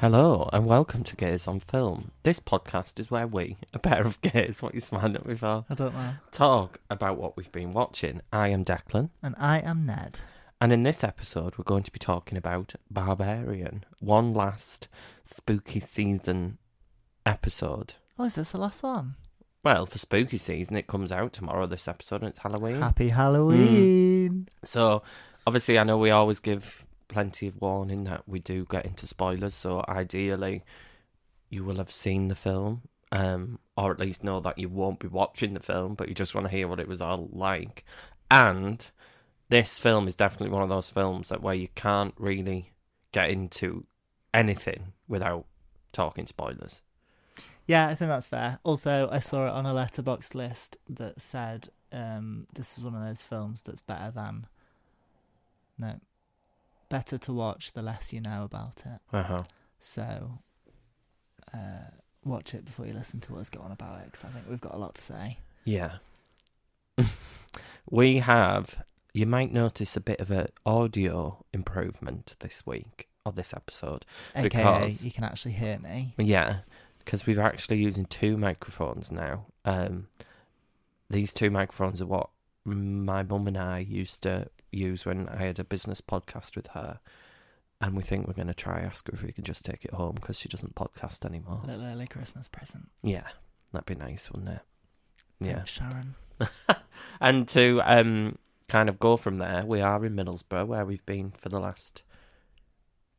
Hello and welcome to Gays on Film. This podcast is where we, a pair of gays, what you smiling at me for, I don't know. talk about what we've been watching. I am Declan, And I am Ned. and in this episode, we're going to be talking about Barbarian, one last spooky season episode. Oh, is this the last one? Well, for spooky season, it comes out tomorrow. This episode, and it's Halloween. Happy Halloween. So, obviously, I know we always give plenty of warning that we do get into spoilers. So, ideally, you will have seen the film, um, or at least know that you won't be watching the film, but you just want to hear what it was all like. And this film is definitely one of those films that where you can't really get into anything without talking spoilers. Yeah, I think that's fair. Also, I saw it on a letterbox list that said um, this is one of those films that's better than. No. Better to watch the less you know about it. Uh huh. So, uh, watch it before you listen to us go on about it because I think we've got a lot to say. Yeah. we have you might notice a bit of an audio improvement this week or this episode. AKA, Because- you can actually hear me. Yeah, because we're actually using two microphones now. Um these two microphones are what my mum and I used to use when I had a business podcast with her. And we think we're going to try ask her if we can just take it home because she doesn't podcast anymore. A little early Christmas present. Yeah, that'd be nice, wouldn't it? Yeah. Thanks, Sharon. and to um kind of go from there, we are in Middlesbrough, where we've been for the last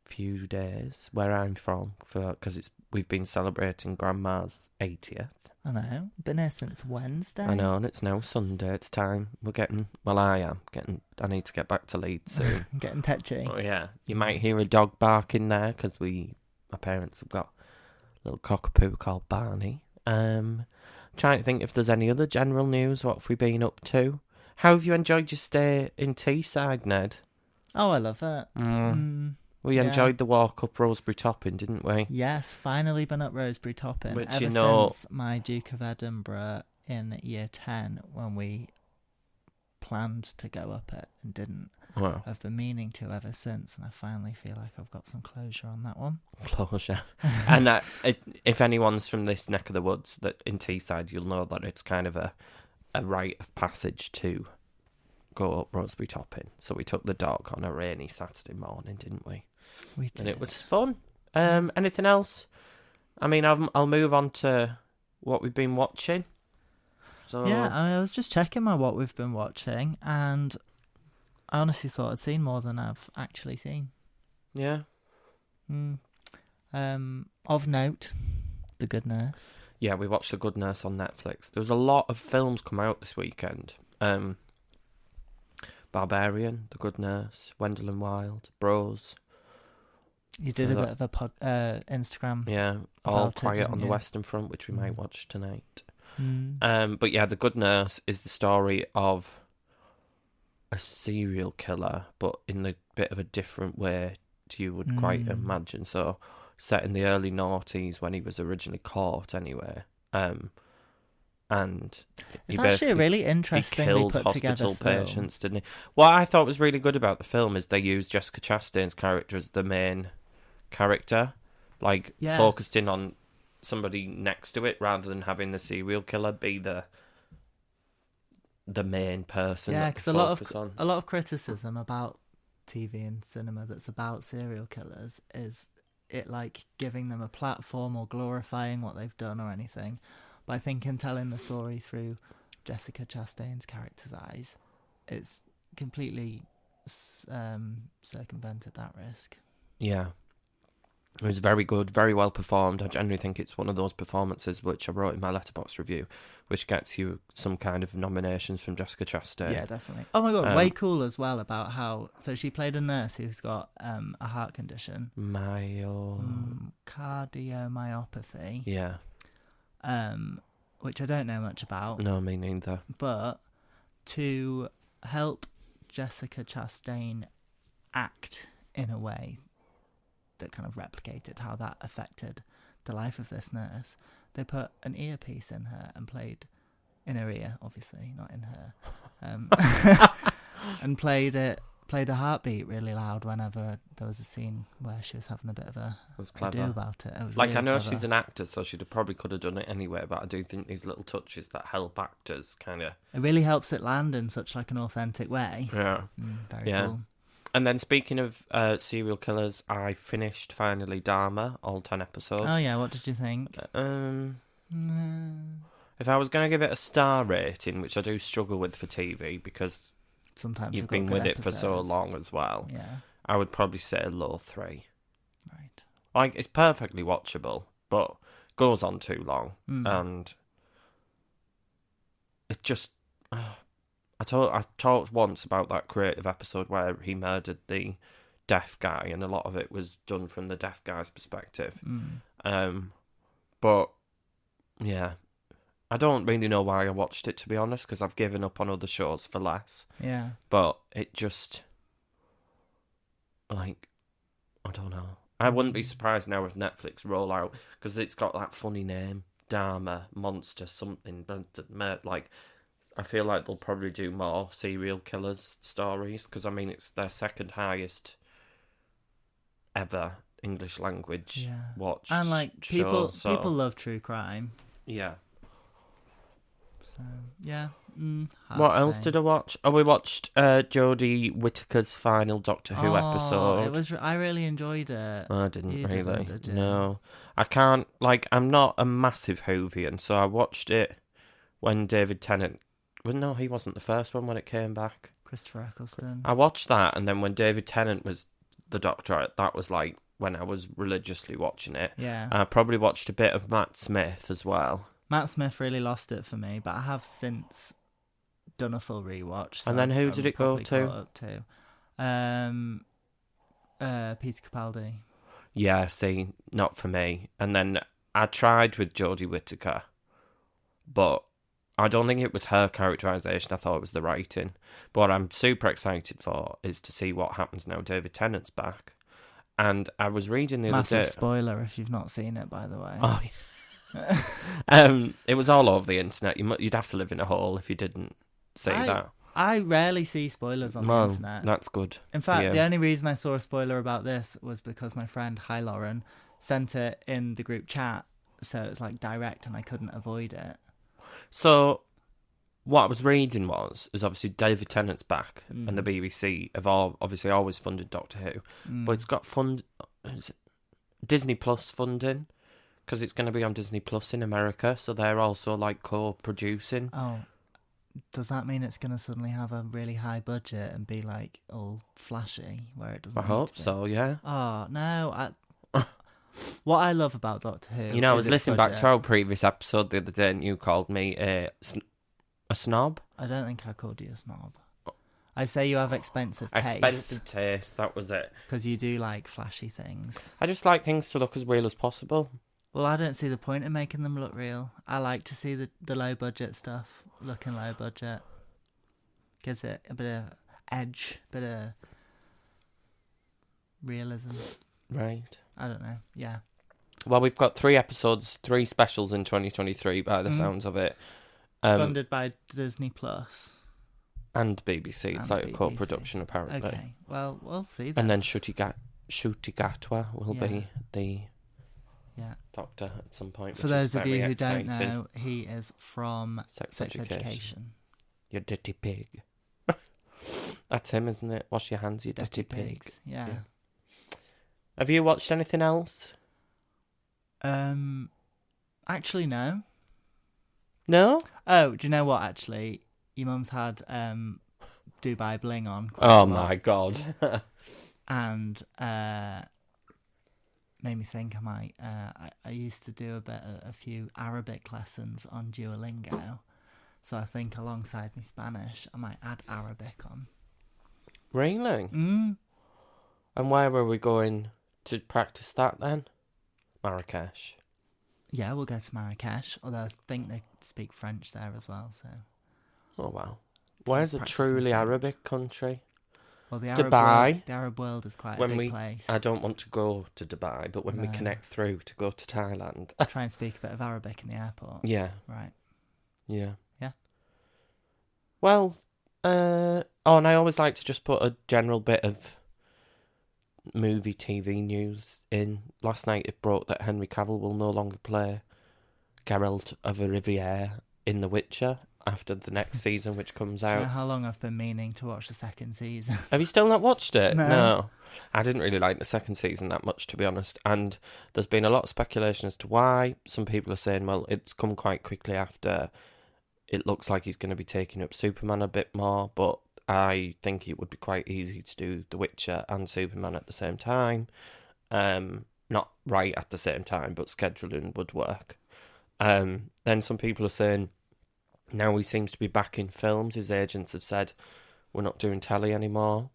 few days. Where I'm from, for because it's we've been celebrating Grandma's 80th. I know. Been here since Wednesday. I know, and it's now Sunday. It's time. We're getting. Well, I am getting. I need to get back to Leeds soon. Getting touchy. oh yeah, you might hear a dog barking there because we, my parents have got a little cockapoo called Barney. Um, trying to think if there's any other general news. What have we been up to? How have you enjoyed your stay in Teesside, Ned? Oh, I love it. Mm. We Yeah. enjoyed the walk up Rosebery Topping, didn't we? Yes, finally been up Rosebery Topping. Which ever you know- since my Duke of Edinburgh in year 10 when we planned to go up it and didn't. Well, I've been meaning to ever since, and I finally feel like I've got some closure on that one. closure. and that, it, if anyone's from this neck of the woods that in Teesside, you'll know that it's kind of a a rite of passage to go up Rosebery Topping. So we took the dog on a rainy Saturday morning, didn't we? We did. and it was fun. Um, anything else? I mean, I'll, I'll move on to what we've been watching. So Yeah, I, I was just checking my what we've been watching, and I honestly thought I'd seen more than I've actually seen. yeah, Mm. Um, of note, The Good Nurse. yeah, we watched The Good Nurse on Netflix. There was a lot of films come out this weekend. Um, Barbarian, The Good Nurse, Wendell and Wild, Bros. You did a Hello. bit of a pod, uh, Instagram. Yeah, all About it, quiet didn't on the you? Western Front, which we might Mm. watch tonight. Mm. Um, but yeah, The Good Nurse is the story of a serial killer, but in a bit of a different way to you would quite Mm. imagine. So, set in the early noughties when he was originally caught, anyway. Um, and It's he actually a basically- really he interestingly killed put together hospital film. patients, didn't he? What I thought was really good about the film is they used Jessica Chastain's character as the main character, like Yeah. focused in on somebody next to it rather than having the serial killer be the the main person. Yeah, because because a lot of on. a lot of criticism about TV and cinema that's about serial killers is it like giving them a platform or glorifying what they've done or anything. But I think in telling the story through Jessica Chastain's character's eyes, it's completely s- um, circumvented that risk. Yeah. It was very good, very well performed. I generally think it's one of those performances which I wrote in my letterbox review, which gets you some kind of nominations from Jessica Chastain. Yeah, definitely. Oh my god, Um, way cool as well about how. So she played a nurse who's got um, a heart condition, Mayo. mm, cardiomyopathy, Oh. Yeah. um, which I don't know much about. No, me neither. But to help Jessica Chastain act in a way that kind of replicated how that affected the life of this nurse, they put an earpiece in her and played in her ear, obviously not in her, um, and played it. Played a heartbeat really loud whenever there was a scene where she was having a bit of a It was ado clever. about it. It was Like really I know clever. she's an actor, so she would probably could have done it anyway. But I do think these little touches that help actors kind of It really helps it land in such like an authentic way. yeah. Mm, very Yeah. cool. And then speaking of uh, serial killers, I finished finally Dharma, all ten episodes. Oh yeah, what did you think? Um, Mm, if I was going to give it a star rating, which I do struggle with for TV because Sometimes you've they've been got good with it for so episodes. long as well, Yeah, I would probably say a low three. right. Like it's perfectly watchable, but goes on too long. Mm. and it just I told I talked once about that creative episode where he murdered the deaf guy, and a lot of it was done from the deaf guy's perspective. Mm. Um, but yeah, I don't really know why I watched it to be honest, because I've given up on other shows for less. Yeah, But it just like I don't know. I wouldn't be surprised now if Netflix roll out because it's got that funny name, Dharma Monster something. but- but mer- Like I feel like they'll probably do more serial killers stories because I mean it's their second highest ever English language Yeah. watched. and like sh- people, show, so- people love true crime. yeah. So yeah. Mm, hard What to else say. did I watch? Oh, we watched uh, Jodie Whittaker's final Doctor Who Oh, episode. Uh, It was. I really enjoyed it. Oh, I didn't You really. didn't, did you? No, I can't. Like, I'm not a massive Hovian, so I watched it when David Tennant. Well, no, he wasn't the first one when it came back. Christopher Eccleston. I watched that, and then when David Tennant was the Doctor, that was like when I was religiously watching it. yeah. I probably watched a bit of Matt Smith as well, Matt Smith really lost it for me, but I have since done a full rewatch. so And then who I'm did it go probably to? caught Up to um, uh, Peter Capaldi. Yeah, see, not for me. And then I tried with Jodie Whittaker, but I don't think it was her characterization. I thought it was the writing. But what I'm super excited for is to see what happens now. David Tennant's back, and I was reading the Massive other day. spoiler if you've not seen it, by the way. oh, yeah. um, it was all over the internet. You mu- you'd have to live in a hole if you didn't see I- that. I rarely see spoilers on Well, the internet. that's good. In for fact, you. the only reason I saw a spoiler about this was because my friend Hi Lauren sent it in the group chat, so it was like direct, and I couldn't avoid it. So, what I was reading was is obviously David Tennant's back, and the Mm. BBC have all obviously always funded Doctor Who, but it's got fund is it Disney Plus funding because it's going to be on Disney Plus in America, so they're also like co-producing. Oh, does that mean it's going to suddenly have a really high budget and be like all flashy where it doesn't? I need hope to be? so. Yeah. Oh no! I... what I love about Doctor Who, You know, I was is its listening back to budget. our previous episode the other day, and you called me a, sn- a snob. I don't think I called you a snob. I say you have expensive taste Oh. Expensive taste. That was it. because you do like flashy things. I just like things to look as real as possible. Well, I don't see the point in making them look real. I like to see the, the low budget stuff looking low budget. Gives it a bit of edge, bit of realism. Right. I don't know. Yeah. Well, we've got three episodes, three specials in 2023 by the Mm. sounds of it. Um, Funded by Disney Plus. and BBC. It's And like a co BBC. production, apparently. Okay. Well, we'll see then. And then Shuti Ga- Shuti Gatwa will be the yeah. doctor at some point. For which is those of very you who exciting. don't know, he is from Sex, Sex education. Education. You're dirty pig. That's him, isn't it? Wash your hands, you dirty, Dirty pig. Pigs. Yeah. Yeah. Have you watched anything else? Um. Actually, no. No? Oh, do you know what? Actually, your mum's had um, Dubai Bling on. quite a Oh lot, my god. And uh, made me think I might. Uh, I, I used to do a bit, a, a few Arabic lessons on Duolingo, so I think alongside my Spanish, I might add Arabic on. Really? Mm. And where were we going to practice that then? Marrakesh. Yeah, we'll go to Marrakesh. Although I think they speak French there as well. So, Oh wow. Where's a practice in truly French. Arabic country? well, the Arab world, Dubai. the Arab world is quite When a big we- place. I don't want to go to Dubai, but when we No. connect through to go to Thailand. Try and speak a bit of Arabic in the airport. yeah, Right. yeah. Yeah. Well, uh oh and I always like to just put a general bit of movie TV news in. Last night it brought that Henry Cavill will no longer play Geralt of Rivia in The Witcher after the next season which comes Do you know out. how long I've been meaning to watch the second season? Have you still not watched it? No. I didn't really like the second season that much, to be honest. And there's been a lot of speculation as to why. Some people are saying, well, it's come quite quickly after. It looks like he's going to be taking up Superman a bit more, but I think it would be quite easy to do The Witcher and Superman at the same time. Um, not right at the same time, but scheduling would work. Um, then some people are saying, now he seems to be back in films. His agents have said, we're not doing telly anymore.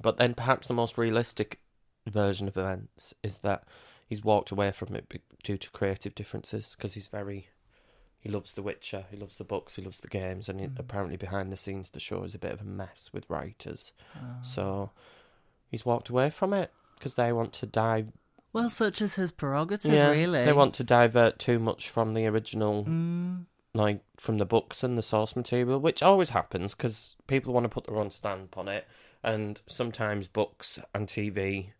But then perhaps the most realistic version of events is that he's walked away from it be- due to creative differences because he's very. He loves The Witcher, he loves the books, he loves the games, and he- Mm. apparently behind the scenes the show is a bit of a mess with writers. Oh. So he's walked away from it because they want to dive. well, such is his prerogative, yeah, really. they want to divert too much from the original Mm, like from the books and the source material, which always happens because people want to put their own stamp on it, and sometimes books and TV,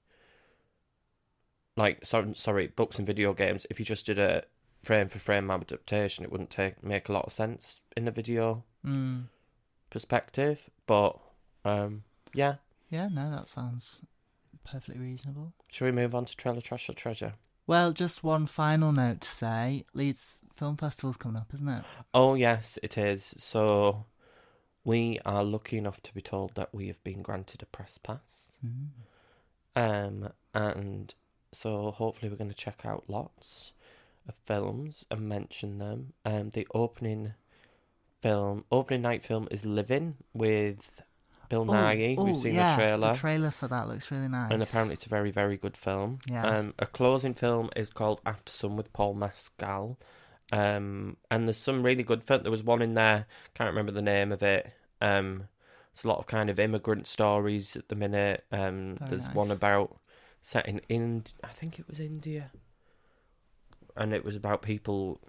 like sorry, sorry, books and video games. If you just did a frame for frame adaptation, it wouldn't take make a lot of sense in the video mm. perspective. But um, yeah, Yeah, no, that sounds perfectly reasonable. should we move on to trailer trash or treasure? Well, just one final note to say Leeds Film Festival's coming up, isn't it? Oh yes, it is. So we are lucky enough to be told that we have been granted a press pass. Mm. Um, and so hopefully we're going to check out lots of films and mention them. Um, the opening film, opening night film is Living with Bill Oh, Nighy. oh, We've seen yeah, the trailer. The trailer for that looks really nice. And apparently it's a very, very good film. Yeah. Um, a closing film is called After Sun with Paul Mescal. Um, and there's some really good film. There was one in there, can't remember the name of it. Um, it's a lot of kind of immigrant stories at the minute. Um, Very there's nice. one about set in Ind- I think it was India. And it was about people,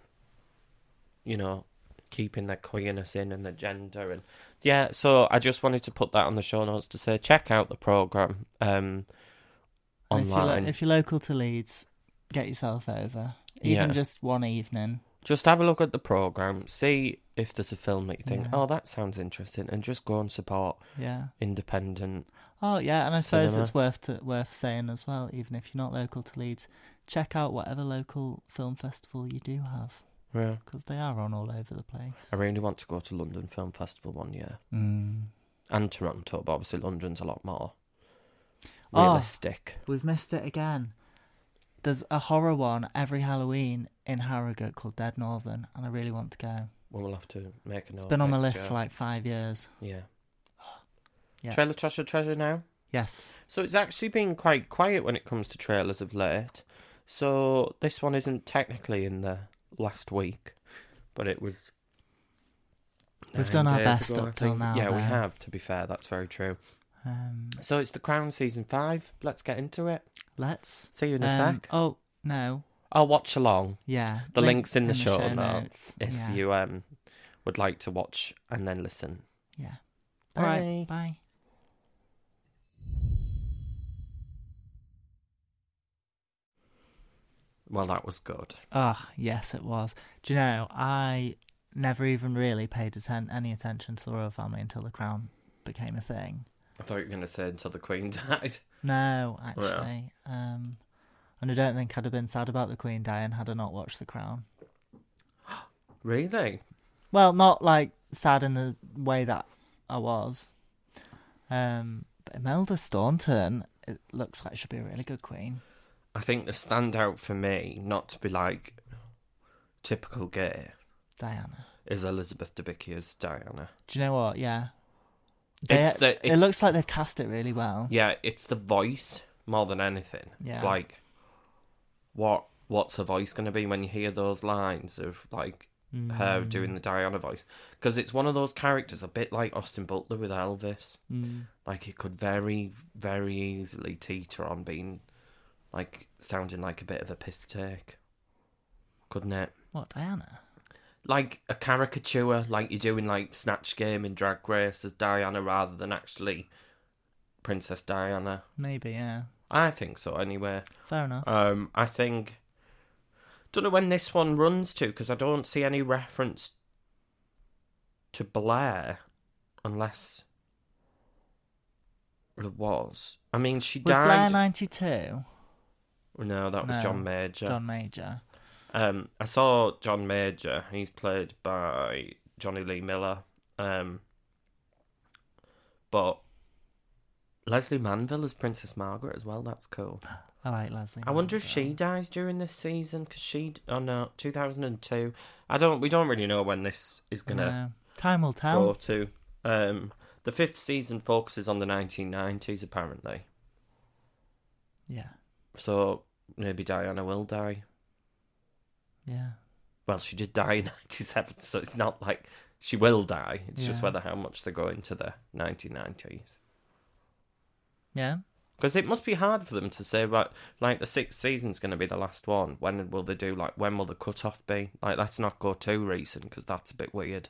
you know, keeping their queerness in and their gender and yeah, so I just wanted to put that on the show notes to say check out the program um, And if you're lo- online. If, you're local to Leeds, get yourself over. Even Yeah. just one evening. Just have a look at the program, see if there's a film that you think, Yeah. oh, that sounds interesting, and just go and support Yeah. independent. Oh yeah, and I suppose Cinema. it's worth to, worth saying as well, even if you're not local to Leeds, check out whatever local film festival you do have Yeah, because they are on all over the place. I really want to go to London Film Festival one year Mm. and Toronto, but obviously London's a lot more Oh. realistic. We've missed it again. There's a horror one every Halloween in Harrogate called Dead Northern, and I really want to go. Well, we'll have to make a note. It's been on my Oh, next list year. for like five years. yeah. Yeah. Trailer Trash or Treasure now. Yes. So it's actually been quite quiet when it comes to trailers of late. So this one isn't technically in the last week, but it was. We've nine done our days best ago, up I till think. now, Yeah, we though. have. To be fair, that's very true. Um, So it's The Crown season five. Let's get into it. let's. See you in a um, sec. Oh no. I'll watch along Yeah. The link's in the show notes. if yeah. you um would like to watch and then listen. Yeah. All right. Bye. Bye. Well, that was good. Ah, yes, it was. Do you know, I never even really paid atten- any attention to the royal family until the crown became a thing. I thought you were going to say until the Queen died. No, actually. Um, and I don't think I'd have been sad about the Queen dying had I not watched The Crown. Really? Well, not like sad in the way that I was. Um, but Imelda Staunton it looks like she'll be a really good queen. I think the standout for me, not to be like typical gay, Diana. is Elizabeth Debicki's Diana. Do you know what? Yeah. They- It's the- it it's- looks like they've cast it really well. Yeah, it's the voice more than anything. Yeah. It's like what what's her voice going to be when you hear those lines of like Mm-hmm. her doing the Diana voice because it's one of those characters a bit like Austin Butler with Elvis. Mm. Like it could very very easily teeter on being like sounding like a bit of a piss take. Couldn't it? What, Diana? Like a caricature, like you do in like Snatch Game in Drag Race as Diana rather than actually Princess Diana. Maybe, yeah. I think so, anyway. Fair enough. Um, I think. Don't know when this one runs to because I don't see any reference to Blair, unless there was. I mean, she was died. Blair 92? No, that was No, John Major. John Major. Um, I saw John Major. He's played by Johnny Lee Miller. Um, but Leslie Manville is Princess Margaret as well. That's cool. I like Leslie. I wonder if Manville. she dies during this season because she. Oh no, two thousand and two. I don't. We don't really know when this is gonna No. Time will tell. go to. Um, the fifth season focuses on the nineteen nineties apparently. Yeah. So maybe Diana will die. Yeah. Well, she did die in ninety seven, so it's not like she will die. It's just Yeah. whether how much they go into the nineteen nineties. Yeah. Because it must be hard for them to say, right, like the sixth season's going to be the last one. When will they do, like, when will the cutoff be? Like, let's not go too recent because that's a bit weird.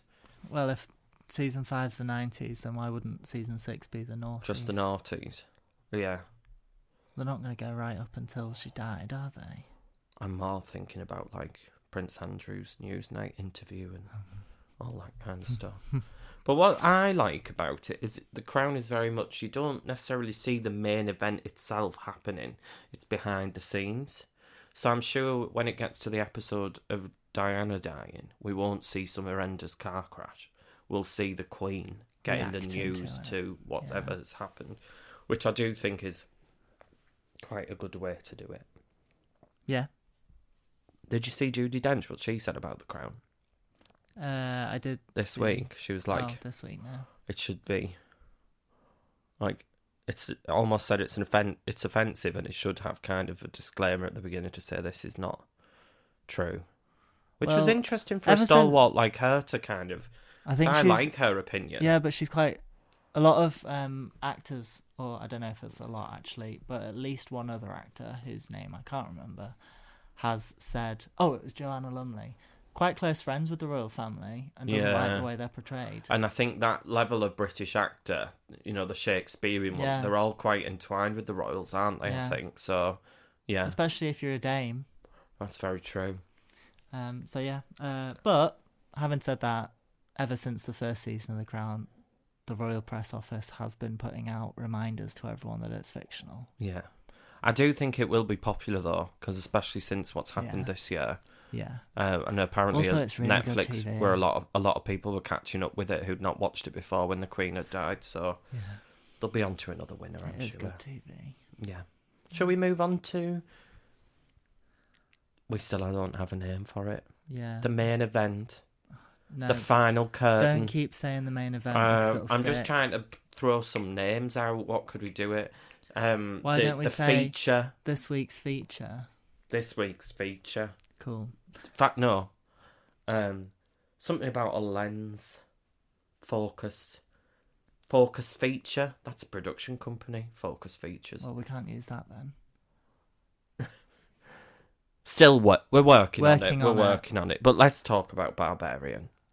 Well, if season five's the 90s, then why wouldn't season six be the noughties? Just the noughties. Yeah. They're not going to go right up until she died, are they? I'm more thinking about, like, Prince Andrew's Newsnight interview and Mm-hmm. all that kind of stuff. but what I like about it is The Crown is very much, you don't necessarily see the main event itself happening, it's behind the scenes. So I'm sure when it gets to the episode of Diana dying, we won't see some horrendous car crash. We'll see the Queen getting the Reacting to news it. to whatever has happened, which I do think is quite a good way to do it. Yeah. Did you see Judy Dench, what she said about the Crown Uh, I did. this see- week? She was like, Oh, this week now. it should be like it's almost said it's an offen- it's offensive and it should have kind of a disclaimer at the beginning to say this is not true which was Well, interesting for a ever since- stalwart like her to kind of I i, think she's. like her opinion Yeah, but she's quite. A lot of um, actors, or I don't know if it's a lot actually, but at least one other actor whose name I can't remember has said, oh, it was Joanna Lumley. Quite close friends with the royal family and doesn't like Yeah. the way they're portrayed. and i think that level of british actor you know the shakespearean Yeah. one they're all quite entwined with the royals aren't they Yeah. i think so yeah Especially if you're a dame. that's very true Um, so yeah, uh, but having said that, ever since the first season of The Crown, the Royal Press Office has been putting out reminders to everyone that it's fictional. yeah i do think it will be popular though because especially since what's happened Yeah. this year Yeah, Um, and apparently, Also, uh, it's really good Netflix, TV. where a lot of a lot of people were catching up with it who'd not watched it before when the Queen had died. So yeah, they'll be on to another winner, I'm it is sure. good TV. Yeah. Shall we move on to? We still don't have a name for it. Yeah, The main event, no, the final curtain. don't keep saying the main event. because um, it'll Uh, mm. I'm just stick. trying to throw some names out. What could we do it? Um, Why the, don't we the say- feature This week's feature, this week's feature? cool. fact no um something about a lens focus focus feature that's a production company focus features Well, we can't use that then. still work we're working, on Working it on it. we're working on it but let's talk about barbarian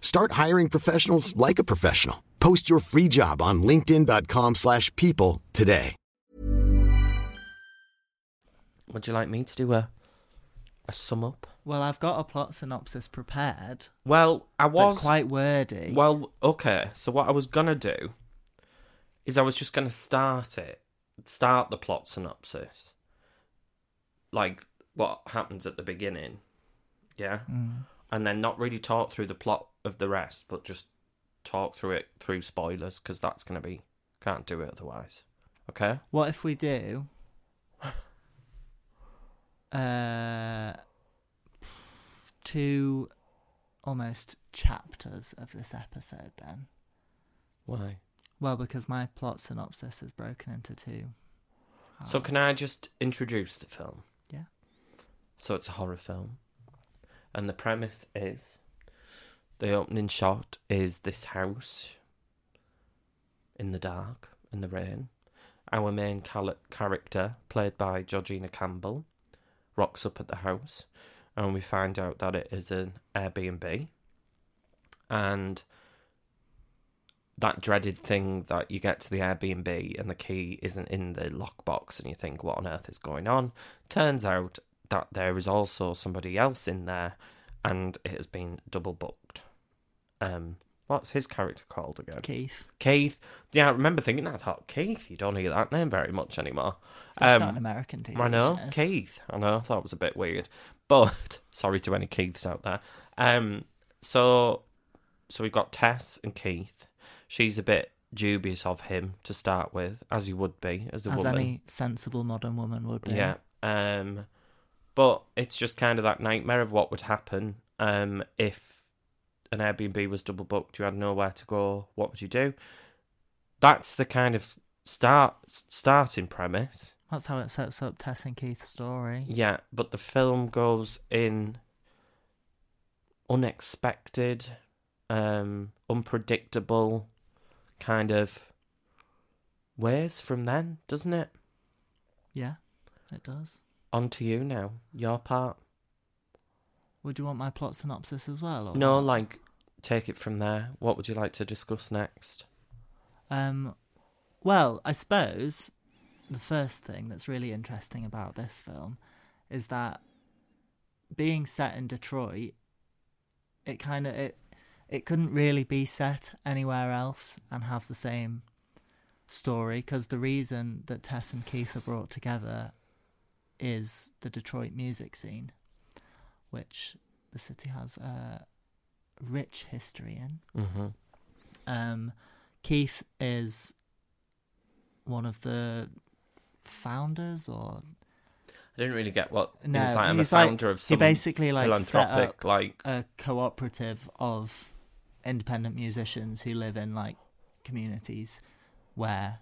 Start hiring professionals like a professional. Post your free job on linkedin.com/people slash people today. Would you like me to do a a sum up? Well, I've got a plot synopsis prepared. Well, I It's was quite wordy. Well, okay. So what I was gonna do is I was just gonna start it, start the plot synopsis, like what happens at the beginning, yeah, Mm. and then not really talk through the plot of the rest, but just talk through it through spoilers because that's gonna be can't do it otherwise. Okay. What if we do? Uh, two almost chapters of this episode, then. Why? Well, because my plot synopsis is broken into two. So can I halves. just introduce the film? Yeah. So it's a horror film. And the premise is the opening shot is this house in the dark, in the rain. Our main cal- character, played by Georgina Campbell, rocks up at the house and we find out that it is an Airbnb. And that dreaded thing that you get to the Airbnb and the key isn't in the lockbox and you think, what on earth is going on? Turns out that there is also somebody else in there and it has been double booked. Um, what's his character called again? Keith. Keith. Yeah, I remember thinking that. I thought, Keith, you don't hear that name very much anymore. Um, It's not an American TV. I know, show, is it? Keith. I know, I thought it was a bit weird. But sorry to any Keiths out there. Um so so we've got Tess and Keith. She's a bit dubious of him to start with, as you would be, as the As woman. any sensible modern woman would be. Yeah. Um but it's just kind of that nightmare of what would happen um if an Airbnb was double booked, you had nowhere to go, what would you do? That's the kind of start starting premise. That's how it sets up Tess and Keith's story. Yeah, but the film goes in unexpected, um, unpredictable kind of ways from then, doesn't it? Yeah, it does. On to you now, your part. Would you want my plot synopsis as well? Or No, like, take it from there. What would you like to discuss next? Um, well, I suppose the first thing that's really interesting about this film is that being set in Detroit, it kind of it it couldn't really be set anywhere else and have the same story because the reason that Tess and Keith are brought together is the Detroit music scene, which the city has a rich history in. Mm-hmm. Um, Keith is one of the founders, or I didn't really get what he No, was like. I'm he's a like- founder of he some basically, like, set philanthropic, up- like a cooperative of independent musicians who live in like communities where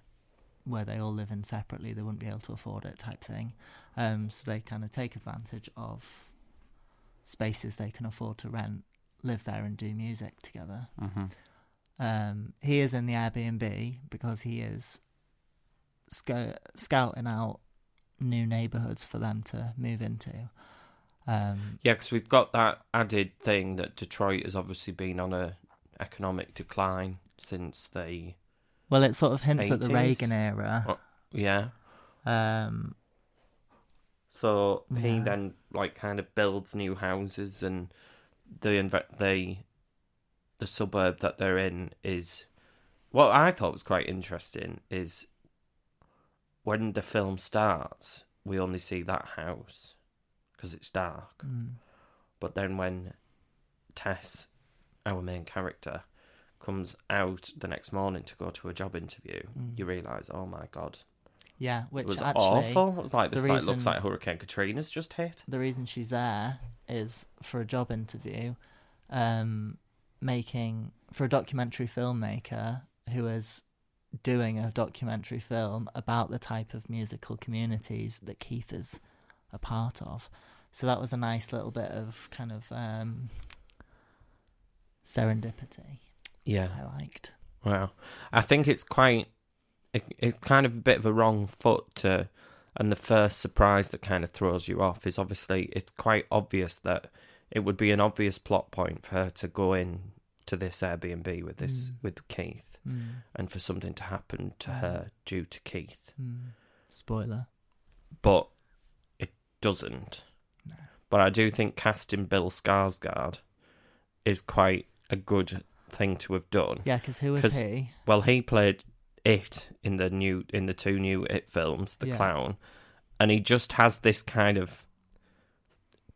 where they all live in separately. They wouldn't be able to afford it, type thing. Um, so they kind of take advantage of spaces they can afford to rent, live there, and do music together. Um, he is in the Airbnb because he is sco- scouting out new neighborhoods for them to move into. Um, Yeah, because we've got that added thing that Detroit has obviously been on a economic decline since the well, it sort of hints at the 80s? Reagan era. oh, yeah. Um, So he Yeah. then like kind of builds new houses, and the inve- the the suburb that they're in is what I thought was quite interesting is when the film starts, we only see that house because it's dark. mm, But then when Tess, our main character, comes out the next morning to go to a job interview, Mm. you realise, oh my god, yeah, which it was actually, awful. It was like the this like looks reason- like Hurricane Katrina's just hit. the reason she's there is for a job interview, um, making for a documentary filmmaker who is doing a documentary film about the type of musical communities that Keith is a part of. So that was a nice little bit of kind of um, serendipity Yeah. that I liked. Wow. I think it's quite, it, it's kind of a bit of a wrong foot to, and the first surprise that kind of throws you off is obviously it's quite obvious that it would be an obvious plot point for her to go in to this Airbnb with this Mm. with Keith Mm, and for something to happen to Mm. her due to Keith, mm. Spoiler. but it doesn't. No. But I do think casting Bill Skarsgård is quite a good thing to have done. Yeah, because who was 'Cause- he? Well, he played it in the new in the two new it films, the Yeah. clown, and he just has this kind of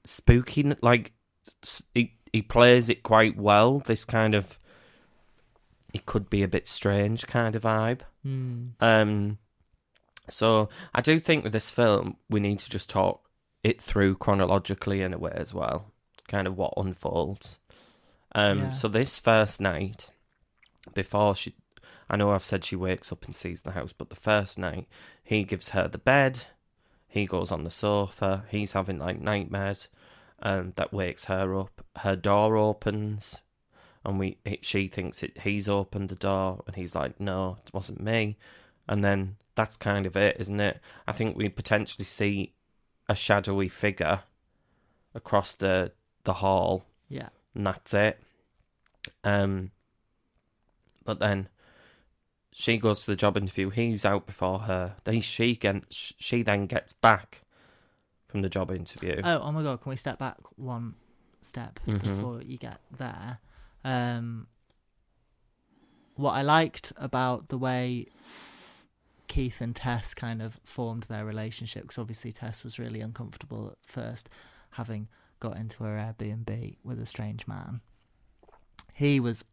spooky like s- he he plays it quite well. This kind of it could be a bit strange kind of vibe. Mm. Um, so I do think with this film we need to just talk it through chronologically in a way as well, kind of what unfolds. Um, Yeah. so this first night, before she, I know I've said she wakes up and sees the house, but the first night he gives her the bed, he goes on the sofa, he's having like nightmares, um, that wakes her up. Her door opens, and we it, she thinks it he's opened the door and he's like no it wasn't me and then that's kind of it isn't it i think we potentially see a shadowy figure across the the hall Yeah. and that's it um but then she goes to the job interview he's out before her then she gets she then gets back from the job interview Oh, oh my god, can we step back one step Mhm. before you get there? Um, what I liked about the way Keith and Tess kind of formed their relationship, because obviously Tess was really uncomfortable at first, having got into her Airbnb with a strange man. He was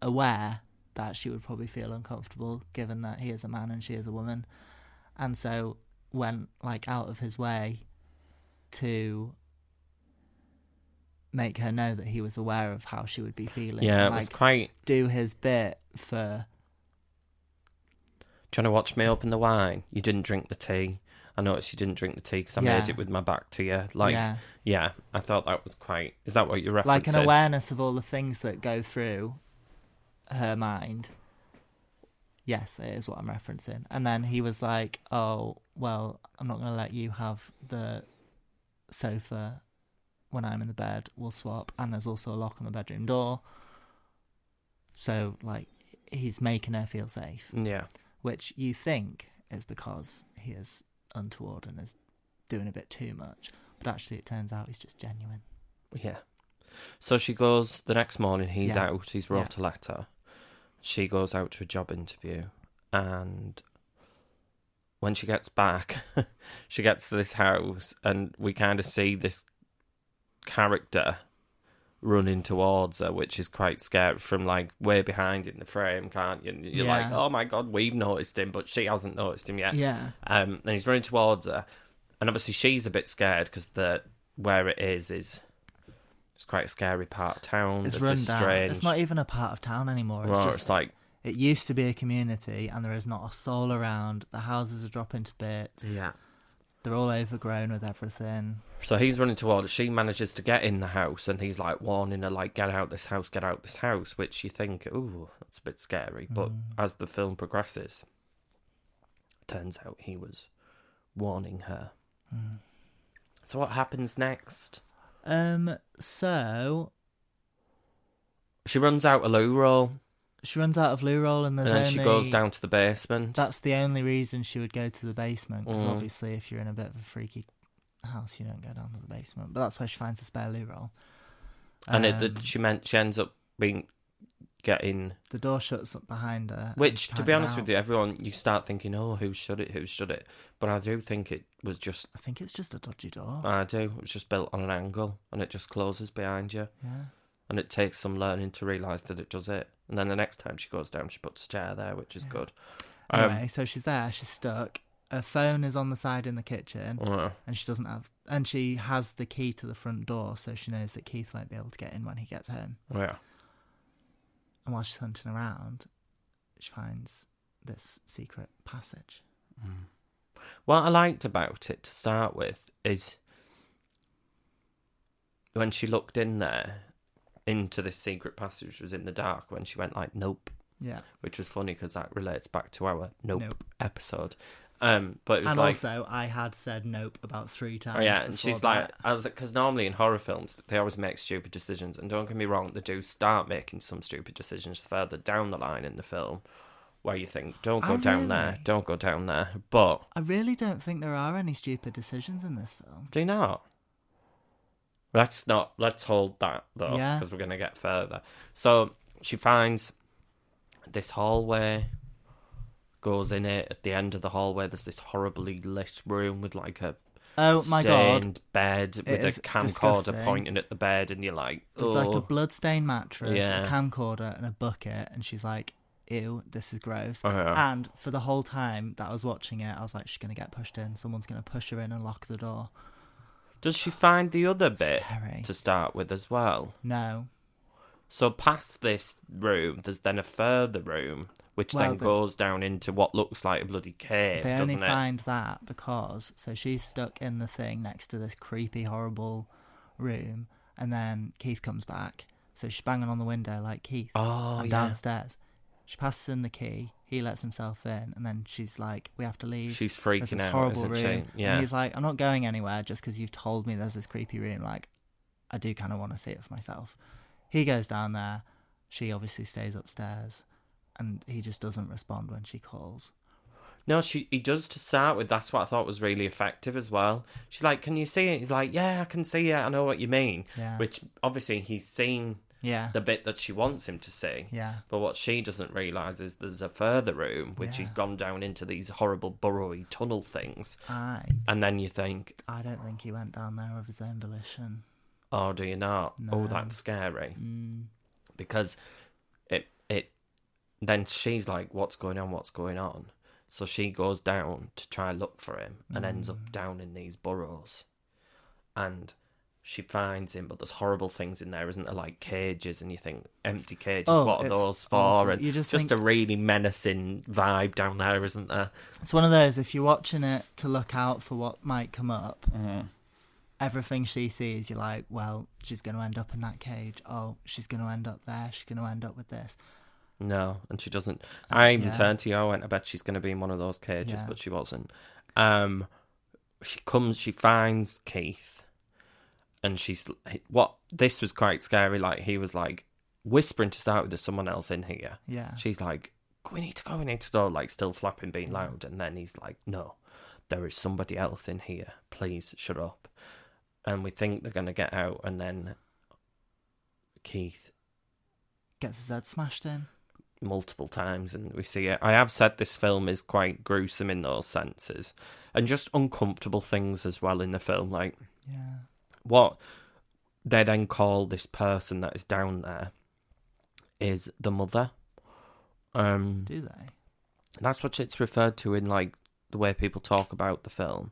aware that she would probably feel uncomfortable given that he is a man and she is a woman. And so went like out of his way to make her know that he was aware of how she would be feeling. yeah it like was quite do his bit for Do you want to watch me open the wine? You didn't drink the tea. I noticed you didn't drink the tea because I made Yeah. it with my back to you. Like, yeah. yeah, I thought that was quite. Is that what you're referencing? like an awareness of all the things that go through her mind. Yes, it is what I'm referencing. And then he was like, "Oh, well, I'm not going to let you have the sofa when I'm in the bed. We'll swap." And there's also a lock on the bedroom door. So like he's making her feel safe. Yeah, which you think is because he is untoward and is doing a bit too much. But actually, it turns out he's just genuine. yeah. So she goes the next morning. He's Yeah. out. He's wrote a letter. She goes out to a job interview, and when she gets back, she gets to this house, and we kind of see this character running towards her, which is quite scary from like way behind in the frame, can't you? And you're Yeah. like, oh my god, we've noticed him, but she hasn't noticed him yet. Yeah. Um, and he's running towards her, and obviously she's a bit scared because the where it is is it's quite a scary part of town. It's There's run this down. strange. It's not even a part of town anymore. It's Well, just it's like it used to be a community, and there is not a soul around. The houses are dropping to bits. They're all overgrown with everything. So he's running towards. She manages to get in the house, and he's like warning her, like, "Get out this house, get out this house." Which you think, "Ooh, that's a bit scary." But Mm. as the film progresses, turns out he was warning her. Mm. So what happens next? Um. So She runs out a loo roll, she runs out of loo roll, and and there's then only she goes down to the basement. That's the only reason she would go to the basement because Mm. obviously, if you're in a bit of a freaky house, you don't go down to the basement. But that's where she finds a spare loo roll. and it, Um, that she meant she ends up being getting the door shuts up behind her. and Which, she to can't be get honest with out. you, everyone you start thinking, "Oh, who shut it? Who shut it?" But I do think it was just I think it's just a dodgy door. I do. It's just built on an angle, and it just closes behind you. yeah, And it takes some learning to realise that it does it. And then the next time she goes down, she puts a chair there, which is good. Um, Anyway, so she's there. She's stuck. Her phone is on the side in the kitchen, uh, and she doesn't have. And she has the key to the front door, so she knows that Keith won't be able to get in when he gets home. yeah. And while she's hunting around, which finds this secret passage. What I liked about it to start with is when she looked in there into this secret passage which was in the dark when she went like nope Yeah. which was funny because that relates back to our nope, Nope. episode um but it was And like also, I had said nope about three times. Oh, yeah, and before she's like, that. as because normally in horror films they always make stupid decisions, and don't get me wrong, they do start making some stupid decisions further down the line in the film, where you think, don't go Oh, down there, really? don't go down there. But I really don't think there are any stupid decisions in this film. do you not? Let's not. Let's hold that though, Yeah. because we're gonna get further. So she finds this hallway, goes in it. At the end of the hallway, there's this horribly lit room with like a Oh my god. stained bed with is a camcorder disgusting. pointing at the bed, and you're like, There's like a oh, bloodstained mattress, Yeah. a camcorder, and a bucket, and she's like, ew, this is gross. Uh-huh. And for the whole time that I was watching it, I was like, she's going to get pushed in. Someone's going to push her in and lock the door. does she find the other bit Scary. to start with as well? No. So past this room, there's then a further room, which Well, then there's- goes down into what looks like a bloody cave, they only doesn't it? find that because so she's stuck in the thing next to this creepy, horrible room, and then Keith comes back. So she's banging on the window like Keith. Oh, I'm yeah. downstairs. She passes him the key. He lets himself in, and then she's like, "We have to leave." She's There's freaking this out, horrible isn't she? room. Yeah. And he's like, "I'm not going anywhere just because you've told me there's this creepy room. Like, I do kind of want to see it for myself." He goes down there. She obviously stays upstairs, and he just doesn't respond when she calls. No, she he does to start with. That's what I thought was really effective as well. She's like, "Can you see it?" He's like, "Yeah, I can see it. I know what you mean." Yeah. Which obviously he's seen Yeah. the bit that she wants him to see. Yeah. But what she doesn't realise is there's a further room which he's Yeah. gone down into these horrible burrowy tunnel things. I And then you think, I don't think he went down there of his own volition. Oh, do you not? Oh, No. that's scary. Mm. Because it it then she's like, What's going on? What's going on? So she goes down to try and look for him and ends up Mm. down in these burrows. And she finds him, but there's horrible things in there, isn't there? Like cages, and you think empty cages. Oh, what are it's those for? awful. And You just, just a think- really menacing vibe down there, isn't there? It's one of those if you're watching it to look out for what might come up. Everything she sees, you're like, well, she's going to end up in that cage. Oh, she's going to end up there. She's going to end up with this. No, and she doesn't. I even Oh, yeah. turned to you. I went, I bet she's going to be in one of those cages, Yeah. but she wasn't. Um, she comes, she finds Keith, and she's what this was quite scary. Like he was like whispering to start with, "There's someone else in here." Yeah. She's like, "We need to go. We need to go." Like still flapping, being loud, and then he's like, "No, there is somebody else in here. Please shut up." And we think they're going to get out, and then Keith Gets his head smashed in. multiple times and we see it. I have said this film is quite gruesome in those senses and just uncomfortable things as well in the film. Like Yeah. what they then call this person that is down there is the mother. Um, Do they? that's what it's referred to in like the way people talk about the film.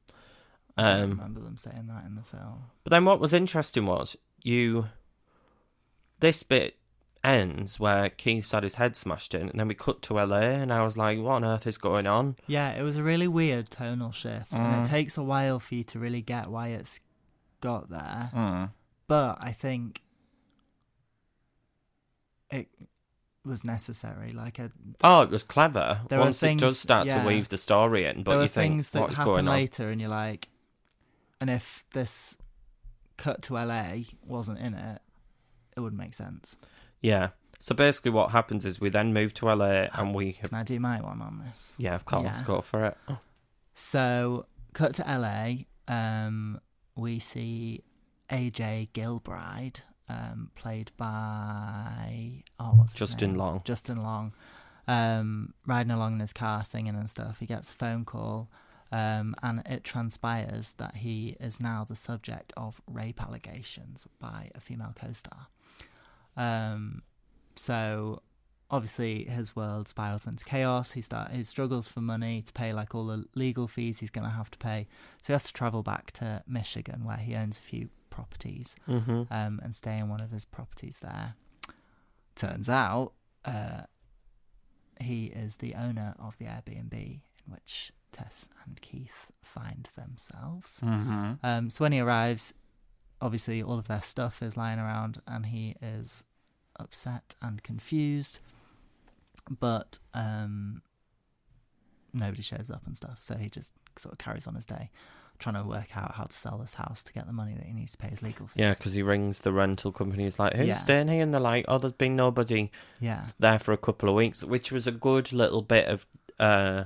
I don't Um, remember them saying that in the film. but then what was interesting was you. This bit ends where Keith's had his head smashed in, and then we cut to LA, and I was like, what on earth is going on? Yeah, it was a really weird tonal shift, and Mm. it takes a while for you to really get why it's got there. Mm. but I think it was necessary. Like a, Oh, it was clever. There are Once things- it does start to yeah. weave the story in, but there you were think, things that what is happen going on? later, and you're like, and if this cut to LA wasn't in it, it would make sense. Yeah. So basically, what happens is we then move to LA, and we have. Can I do my one on this? Yeah, of course, Yeah. go for it. So cut to LA. Um, we see AJ Gilbride, um, played by oh, what's his Justin name? Long. Justin Long, um, riding along in his car, singing and stuff. He gets a phone call, um, and it transpires that he is now the subject of rape allegations by a female co-star. Um, so obviously his world spirals into chaos. He start he struggles for money to pay like all the legal fees he's going to have to pay. So he has to travel back to Michigan where he owns a few properties Mm-hmm. um, and stay in one of his properties there. Turns out uh, he he is the owner of the Airbnb in which Tess and Keith find themselves. Mm-hmm. Um, so when he arrives, obviously all of their stuff is lying around, and he is upset and confused. But um, nobody shows up and stuff, so he just sort of carries on his day, trying to work out how to sell this house to get the money that he needs to pay his legal fees. Yeah, because he rings the rental company. He's like, "Who's Yeah. staying here?" And they're like, "Oh, there's been nobody yeah, there for a couple of weeks," which was a good little bit of uh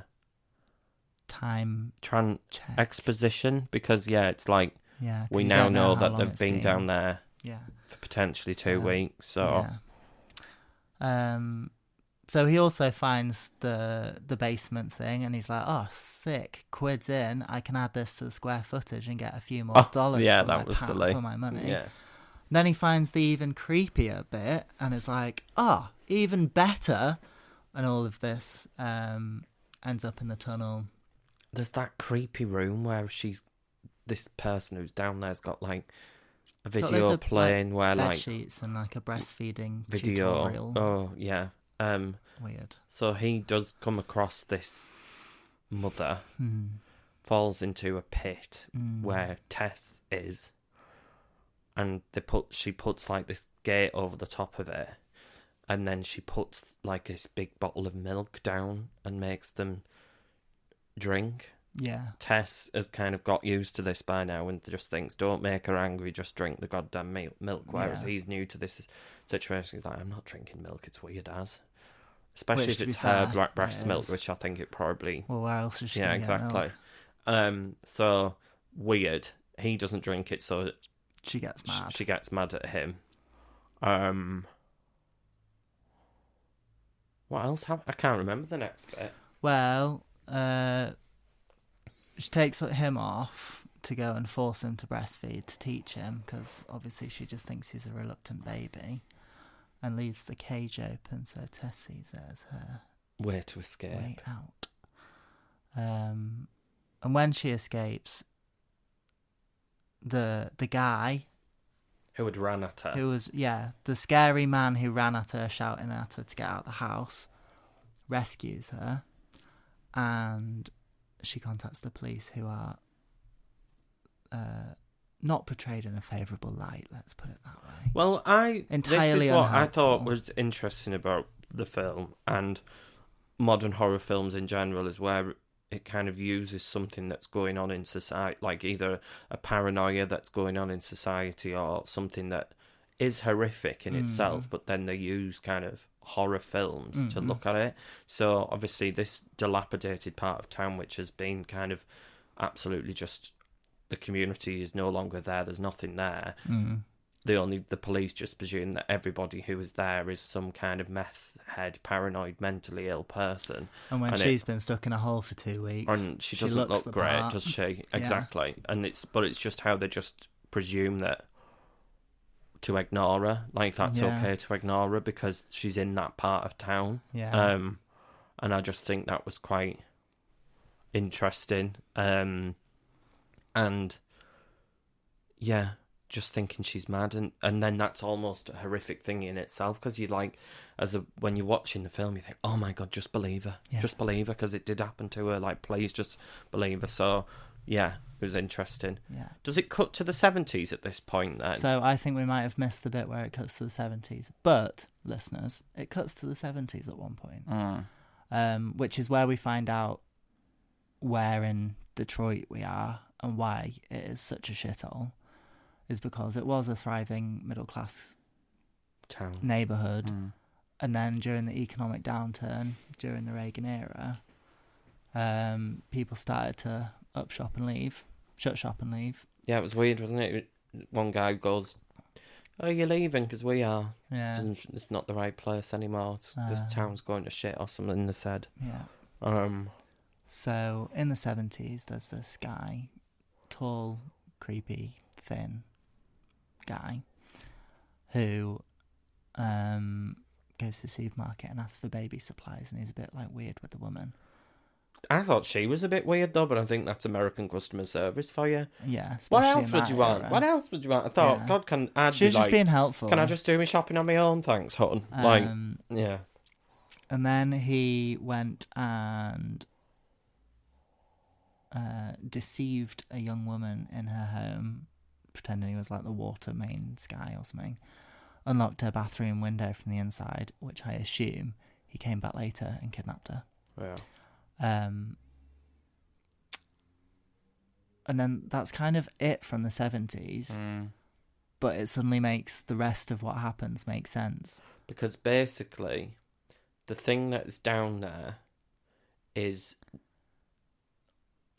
time tran- check. exposition because yeah, it's like yeah, 'cause we you now don't know how that long they've it's been down there Yeah. for potentially two So, weeks. So Yeah. Um, so he also finds the the basement thing, and he's like, "Oh, sick! Quids in. I can add this to the square footage and get a few more Oh, dollars. yeah, for that my was pa- silly. for my money." yeah, Then he finds the even creepier bit, and is like, "Oh, even better!" And all of this um, ends up in the tunnel. there's that creepy room where she's this person who's down there's got like a Got loads video of, like, playing where bed like sheets and like a breastfeeding video. tutorial. Oh yeah. Um. Weird. So he does come across this mother Hmm. falls into a pit Mm. where Tess is, and they put she puts like this gate over the top of it, and then she puts like this big bottle of milk down and makes them drink. Yeah. Tess has kind of got used to this by now and just thinks, "Don't make her angry. Just drink the goddamn mil- milk." Whereas Yeah. he's new to this situation. He's like, "I'm not drinking milk. It's weird as." Especially Which, if to be it's her fair, black it breast milk, is. which I think it probably Well, where else is she? yeah, gonna get milk? exactly. Um, so weird. He doesn't drink it, so She gets sh- mad. she gets mad at him. Um, what else? Have- I can't remember the next bit. Well, uh, she takes him off to go and force him to breastfeed to teach him because obviously she just thinks he's a reluctant baby and leaves the cage open so Tess sees it as her Way to escape. way out. Um, and when she escapes, the the guy Who had ran at her? who was yeah the scary man who ran at her shouting at her to get out of the house rescues her and she contacts the police who are uh, not portrayed in a favourable light let's put it that way Well, I This Entirely is what I unhelpful. thought was interesting about the film and modern horror films in general is where it kind of uses something that's going on in society, like either a paranoia that's going on in society or something that is horrific in itself, but then they use kind of horror films to look at it. So obviously, this dilapidated part of town, which has been kind of absolutely just the community is no longer there. There's nothing there the only the police just presume that everybody who is there is some kind of meth head, paranoid, mentally ill person. and when And it- she's been stuck in a hole for two weeks And she doesn't looks look the great, part. does she? Exactly. And it's but it's just how they just presume that to ignore her, like that's Yeah. okay to ignore her because she's in that part of town. Yeah. Um, and I just think that was quite interesting. Um, and yeah, just thinking she's mad, and and then that's almost a horrific thing in itself because you like, as a when you're watching the film, you think, oh my god, just believe her, Yeah. just believe her because it did happen to her. Like, please just believe her. So yeah, it was interesting. yeah Does it cut to the seventies at this point then? so I think we might have missed the bit where it cuts to the 70s. But, listeners, it cuts to the 70s at one point. Mm. um, which is where we find out where in Detroit we are and why it is such a shithole, is because it was a thriving middle class Town. neighborhood, Mm. and then during the economic downturn during the Reagan era, um, people started to up shop and leave, shut shop and leave. Yeah, it was weird, wasn't it? One guy goes, "Oh, you're leaving because we are. Yeah, Doesn't- It's not the right place anymore. It's, Ah. this town's going to shit or something." They said. yeah. Um, So in the seventies, there's this guy, tall, creepy, thin guy, who um, goes to the supermarket and asks for baby supplies, and he's a bit like weird with the woman. I thought she was a bit weird though, but I think that's American customer service for you. Yeah. What especially else in would that you want? era. What else would you want? I thought, Yeah. God, can I She be was just Um, like, being helpful. can I just do my shopping on my own? Thanks, hon. like, Um, yeah, And then he went and uh, deceived a young woman in her home, pretending he was like the water mains guy or something. Unlocked her bathroom window from the inside, which I assume he came back later and kidnapped her. Yeah. Um, and then that's kind of it from the 70s, Mm. but it suddenly makes the rest of what happens make sense. Because basically, the thing that's down there is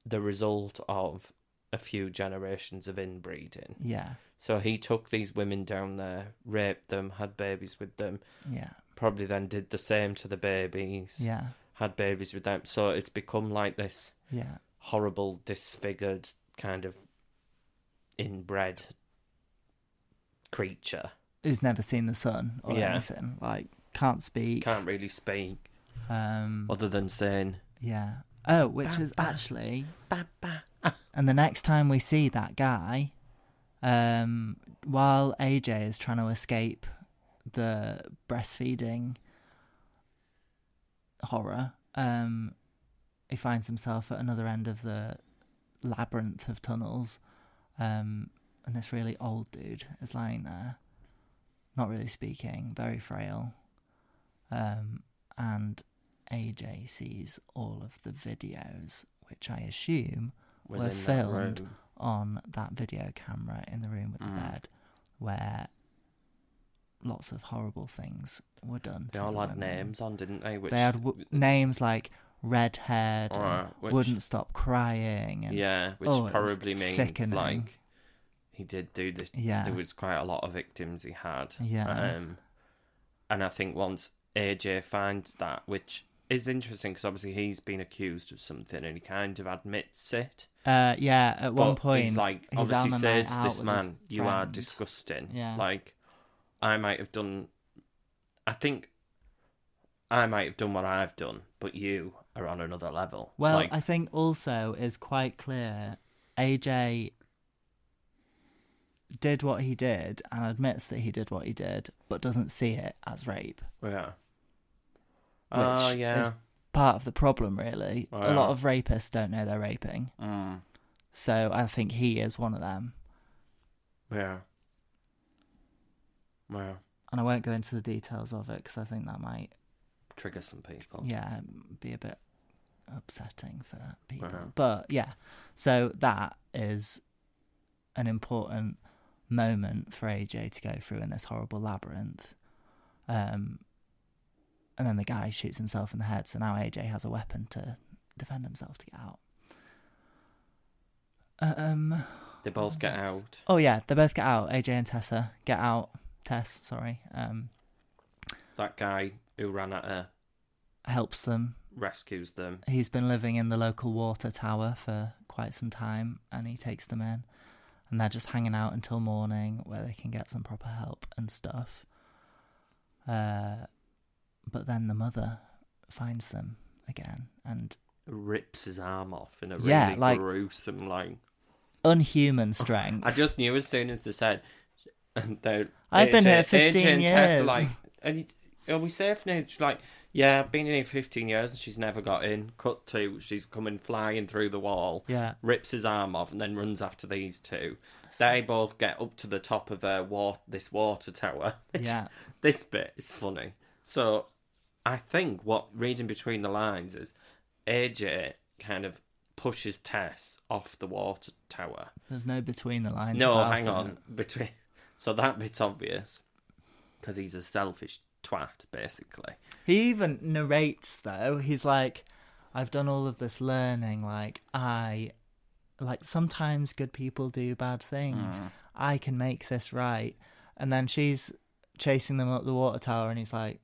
the result of a few generations of inbreeding. Yeah, So he took these women down there, raped them, had babies with them, yeah, probably then did the same to the babies, yeah, had babies with them. So it's become like this yeah, horrible, disfigured kind of inbred creature. who's never seen the sun or Yeah. anything. Like can't speak. Can't really speak Um, other than saying yeah. Oh, which Bam, is bam. actually. ba ba. Ah. And the next time we see that guy, um, while AJ is trying to escape the breastfeeding horror, um, he finds himself at another end of the labyrinth of tunnels, um, and this really old dude is lying there, not really speaking, very frail, um, and AJ sees all of the videos, which I assume was Were in that filmed. room. on that video camera in the room with the Mm. bed where lots of horrible things were done. They to the all had women. names on, didn't they? Which They had w- names like red haired, and Alright, which- wouldn't stop crying, and yeah, which Oh, it was probably means sickening. like he did do this. Yeah. there was quite a lot of victims he had. Yeah. um, and I think once AJ finds that, which is interesting because obviously he's been accused of something and he kind of admits it. Uh, yeah. At one but point, he's like he's on obviously a says night out to this with his man, "You are friend." disgusting. Yeah. Like, I might have done. I think." I might have done what I've done, but you are on another level. Well, like, I think also is quite clear. AJ did what he did and admits that he did what he did, but doesn't see it as rape. Yeah. which Oh, is yeah. part of the problem, really. Oh, A lot yeah. of rapists don't know they're raping, Mm. so I think he is one of them. Yeah. Well, And I won't go into the details of it because I think that might, trigger some people. yeah, be a bit upsetting for people. Uh-huh. But yeah, so that is an important moment for AJ to go through in this horrible labyrinth. Um, and then the guy shoots himself in the head, so now AJ has a weapon to defend himself to get out. Um. They both get Yes. out. Oh yeah, they both get out. AJ and Tessa get out. Tess, sorry, um, That guy who ran at her helps them. rescues them. He's been living in the local water tower for quite some time, and he takes them in, and they're just hanging out until morning, where they can get some proper help and stuff. Uh, but then the mother finds them again, and Rips his arm off in a really Yeah, like- gruesome like. unhuman strength. Oh, I just knew as soon as they said, and they- I've been AJ here 15 AJ and Tess years. are like, and you- are we safe now? She's like, yeah, I've been in here 15 years and she's never got in. Cut to, she's coming flying through the wall. yeah, rips his arm off and then runs after these two. They both get up to the top of uh, wa- this water tower. yeah, this bit is funny. So I think what reading between the lines is AJ kind of pushes Tess off the water tower. there's no between the lines. no, about hang it. on. Between so that bit's obvious because he's a selfish twat, basically. He even narrates though. He's like, I've done all of this learning. Like I, like sometimes good people do bad things. I can make this right. And then she's chasing them up the water tower, and he's like,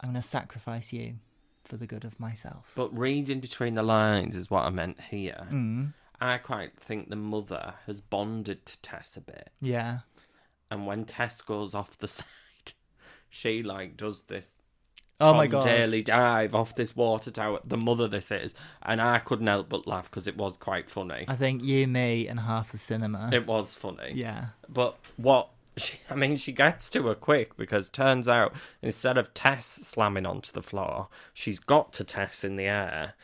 I'm gonna sacrifice you for the good of myself. But reading between the lines is what I meant here. Mm, I quite think the mother has bonded to Tess a bit. yeah, and when Tess goes off the side, she like does this. Oh my Tom God. Daily dive off this water tower. The mother this is, and I couldn't help but laugh because it was quite funny. I think you, me, and half the cinema. It was funny. yeah, But what She, I mean, she gets to her quick because turns out instead of Tess slamming onto the floor, she's got to Tess in the air,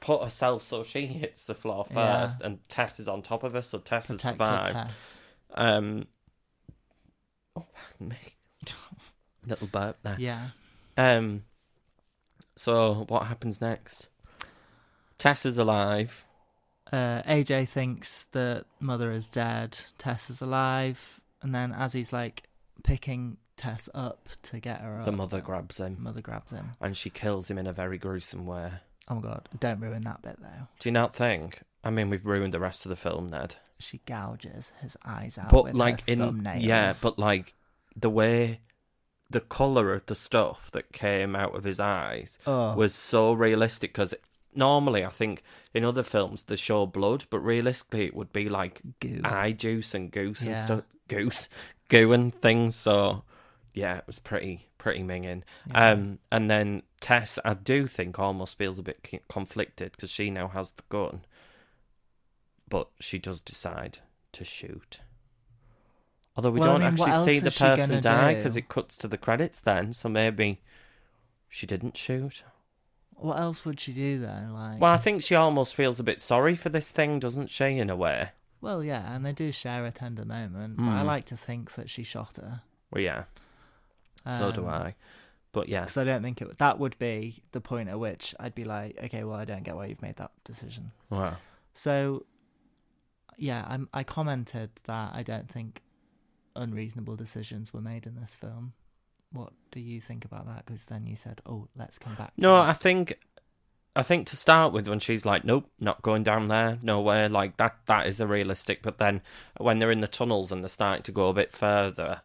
put herself so she hits the floor Yeah. first, and Tess is on top of her, so Tess has Protected survived. Tess. Um, oh, pardon me. Little burp there. Yeah. Um. So what happens next? Tess is alive. Uh, AJ thinks that mother is dead, Tess is alive, and then as he's like picking Tess up to get her up, The mother grabs him mother grabs him. and she kills him in a very gruesome way. Oh my god! Don't ruin that bit though. Do you not think? I mean, we've ruined the rest of the film, Ned. She gouges his eyes out but Oh, with like her in thumbnails. yeah, but like the way the color of the stuff that came out of his eyes Oh. was so realistic because normally I think in other films they show blood, but realistically it would be like Goo. eye juice and goose and Yeah. stuff, goose, goo and things. So yeah, it was pretty pretty minging. Um, and then Tess, I do think almost feels a bit c- conflicted because she now has the gun, but she does decide to shoot. Although we Well, I don't mean, what actually see else the is she person gonna die do? because it cuts to the credits then, so maybe she didn't shoot. what else would she do though? Like, Well, I think she almost feels a bit sorry for this thing, doesn't she, in a way? well, yeah, and they do share a tender moment. But I Hmm. like to think that she shot her. Well, yeah, so do Um, I. But yeah, Because I don't think it would, that would be the point at which I'd be like, okay, well, I don't get why you've made that decision. wow. So, yeah, I'm, I commented that I don't think unreasonable decisions were made in this film. What do you think about that? Because then you said, oh, let's come back. to No, that. I think, I think to start with, when she's like, "Nope, not going down there, nowhere," like that, that is a realistic. But then when they're in the tunnels and they're starting to go a bit further.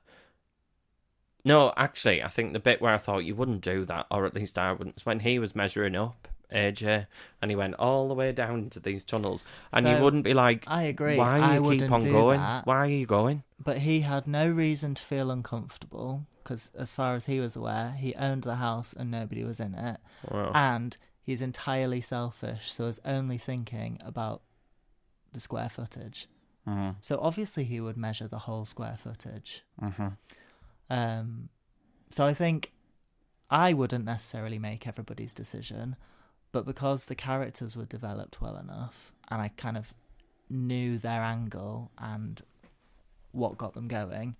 No, actually, I think the bit where I thought you wouldn't do that, or at least I wouldn't, is when he was measuring up AJ, and he went all the way down into these tunnels, and you So, wouldn't be like, I agree. Why I you keep wouldn't on do going? that." Why are you going?" But he had no reason to feel uncomfortable because, as far as he was aware, he owned the house and nobody was in it. Well, And he's entirely selfish, so is only thinking about the square footage. mm, So obviously, he would measure the whole square footage. mhm. Um, so I think I wouldn't necessarily make everybody's decision, but because the characters were developed well enough, and I kind of knew their angle and what got them going,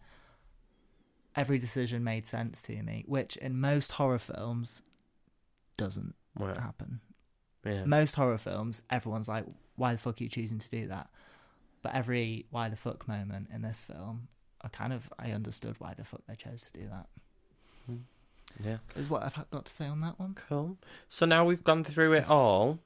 every decision made sense to me, which in most horror films doesn't Well, happen. yeah. Most horror films, everyone's like, "Why the fuck are you choosing to do that?" But every "Why the fuck" moment in this film, I kind of I understood why the fuck they chose to do that. yeah. Is what I've ha- got to say on that one. Cool. So now we've gone through it all.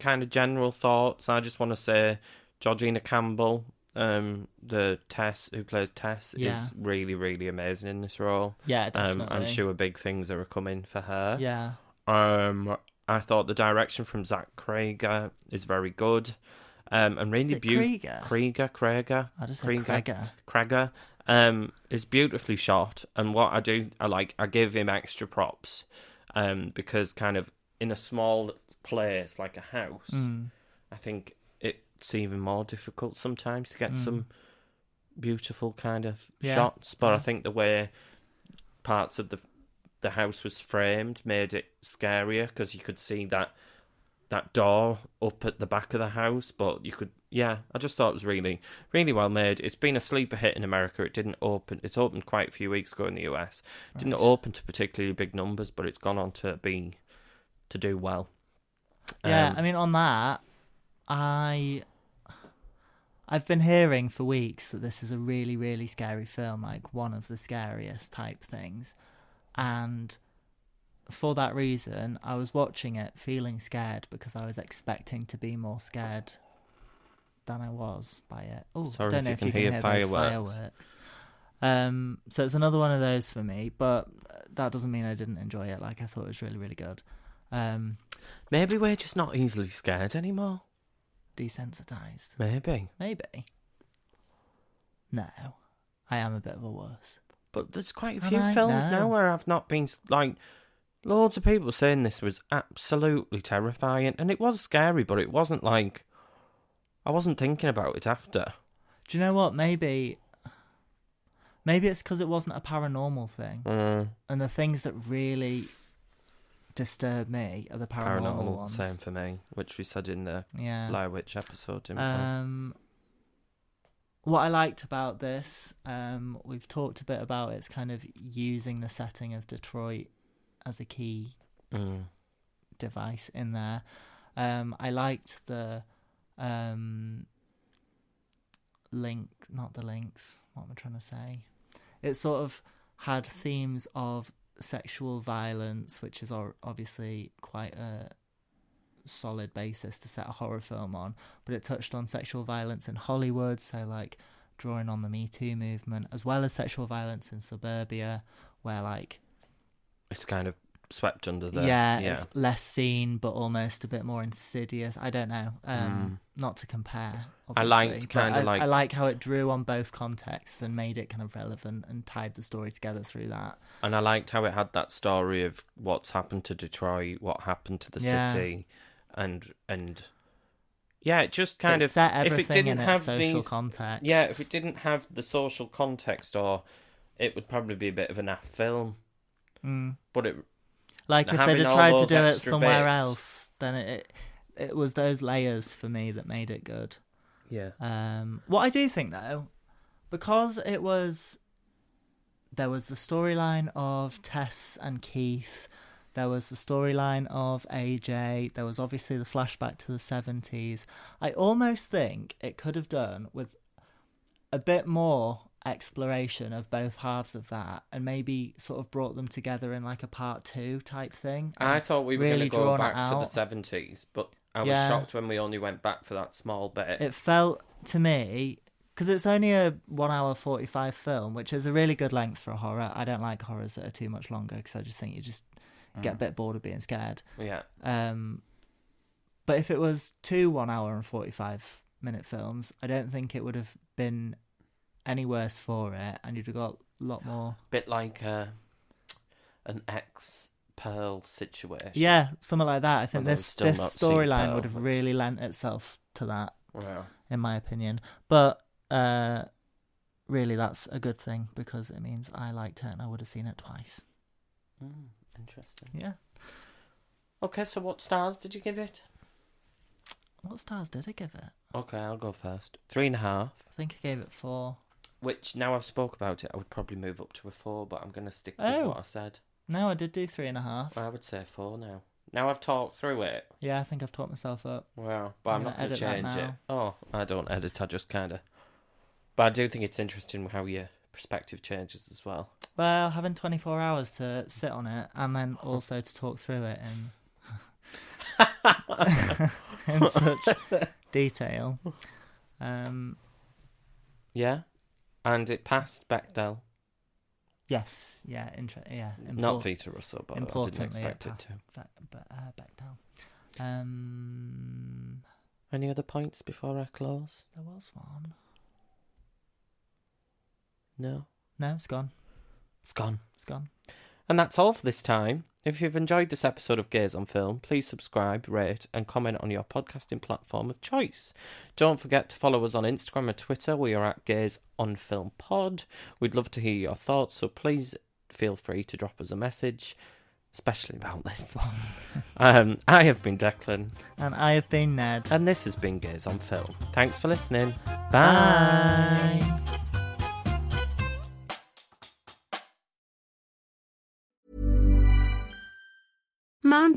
Kind of general thoughts. I just want to say Georgina Campbell, um, the Tess who plays Tess, Yeah. is really, really amazing in this role. Yeah, Um, definitely. I'm sure big things are coming for her. Yeah, Um, I thought the direction from Zach Krieger is very good. Um, and really Is it beautiful. Krieger? Krieger, Krieger, I just said Gregor. Krager um, is beautifully shot, and what I do, I like, I give him extra props, um, because kind of in a small place like a house, Mm. I think it's even more difficult sometimes to get some beautiful kind of Hmm. Yeah. shots. But I Yeah. think the way parts of the the house was framed made it scarier because you could see that that door up at the back of the house, but you could yeah, I just thought it was really really well made. It's been a sleeper hit in America. It didn't open it's opened quite a few weeks ago in the US. It Didn't Right. open to particularly big numbers, but it's gone on to be to do well. Yeah, Um, I mean on that, I I've been hearing for weeks that this is a really really scary film, like one of the scariest type things, and for that reason, I was watching it feeling scared because I was expecting to be more scared than I was by it. Oh, Sorry don't if know you if can you can hear hear, those fireworks. fireworks. Um, so it's another one of those for me, but that doesn't mean I didn't enjoy it. Like I thought it was really really good. Um, Maybe we're just not easily scared anymore. desensitized. Maybe. Maybe. No, I am a bit of a worse. But there's quite a I few don't films now know. where I've not been s- like loads of people saying this was absolutely terrifying and it was scary, but it wasn't like I wasn't thinking about it after. Do you know what? Maybe, Maybe it's because it wasn't a paranormal thing. Mm, And the things that really disturb me are the paranormal, paranormal, ones. same for me, which we said in the Yeah. Blair Witch episode, didn't Um, what I liked about this, um, we've talked a bit about it's kind of using the setting of Detroit as a key we? Mm. device in there. Um, I liked the um, link, not the links. What am I trying to say? It sort of had themes of sexual violence, which is or- obviously quite a solid basis to set a horror film on. But it touched on sexual violence in Hollywood, so like drawing on the Me Too movement, as well as sexual violence in suburbia, where like It's kind of swept under the yeah, yeah. it's less seen but almost a bit more insidious. I don't know. Um, Not to compare. Mm. I liked obviously, but kinda I- like- I like how it drew on both contexts and made it kind of relevant and tied the story together through that. And I liked how it had that story of what's happened to Detroit, what happened to the Yeah. city, and and yeah, it just kind it of set if everything it didn't in have its social these, context. yeah, if it didn't have the social context, or it would probably be a bit of an naff film. Mm. But it like if they'd having have all tried to those do it extra somewhere bits. else, then it, it it was those layers for me that made it good. yeah, Um, what I do think though, because it was there was the storyline of Tess and Keith, there was the storyline of AJ, there was obviously the flashback to the seventies. I almost think it could have done with a bit more exploration of both halves of that and maybe sort of brought them together in like a part two type thing. I and thought we were really going to go drawn it back to the out. seventies, but I was Yeah. shocked when we only went back for that small bit. it felt to me because it's only a one hour 45 film which is a really good length for a horror i don't like horrors that are too much longer because i just think you just get Mm. a bit bored of being scared yeah, um, but if it was two one hour and 45 minute films i don't think it would have been any worse for it and you'd have got a lot Oh, more bit like uh, an ex Pearl situation. yeah something like that i think Although I've this still this not seen storyline Pearl, would have which- really lent itself to that Wow. in my opinion. But uh, really, that's a good thing because it means I liked it and I would have seen it twice. Mm, interesting. Yeah. Okay, so what stars did you give it? What stars did I give it? I Okay, I'll go first. Three and a half. think I gave it four. Which now I've spoke about it, I would probably move up to a four, but I'm going to stick with Oh. what I said. No, I did do three and a half. I would say four now. Now I've talked through it. Yeah, I think I've taught myself up. Wow, but I'm, I'm not gonna going to edit that change it. now. Oh, I don't edit. I just kind of. But I do think it's interesting how your perspective changes as well. Well, having 24 hours to sit on it and then also to talk through it in, in such detail. Um, Yeah, and it passed Bechdel, yes, yeah, inter- yeah. not important. Vita Russell, but I didn't importantly, it expect it, passed to. back, but, uh, back down. Um, Any other points before I close? there was one. No, No, it's gone. it's gone. It's gone. And that's all for this time. If you've enjoyed this episode of Gaze on Film, please subscribe, rate, and comment on your podcasting platform of choice. Don't forget to follow us on Instagram and Twitter. We are at Gaze on Film Pod. We'd love to hear your thoughts, so please feel free to drop us a message, especially about this one. um, I have been Declan, And I have been Ned. and this has been Gaze on Film. Thanks for listening. Bye. Bye. Mom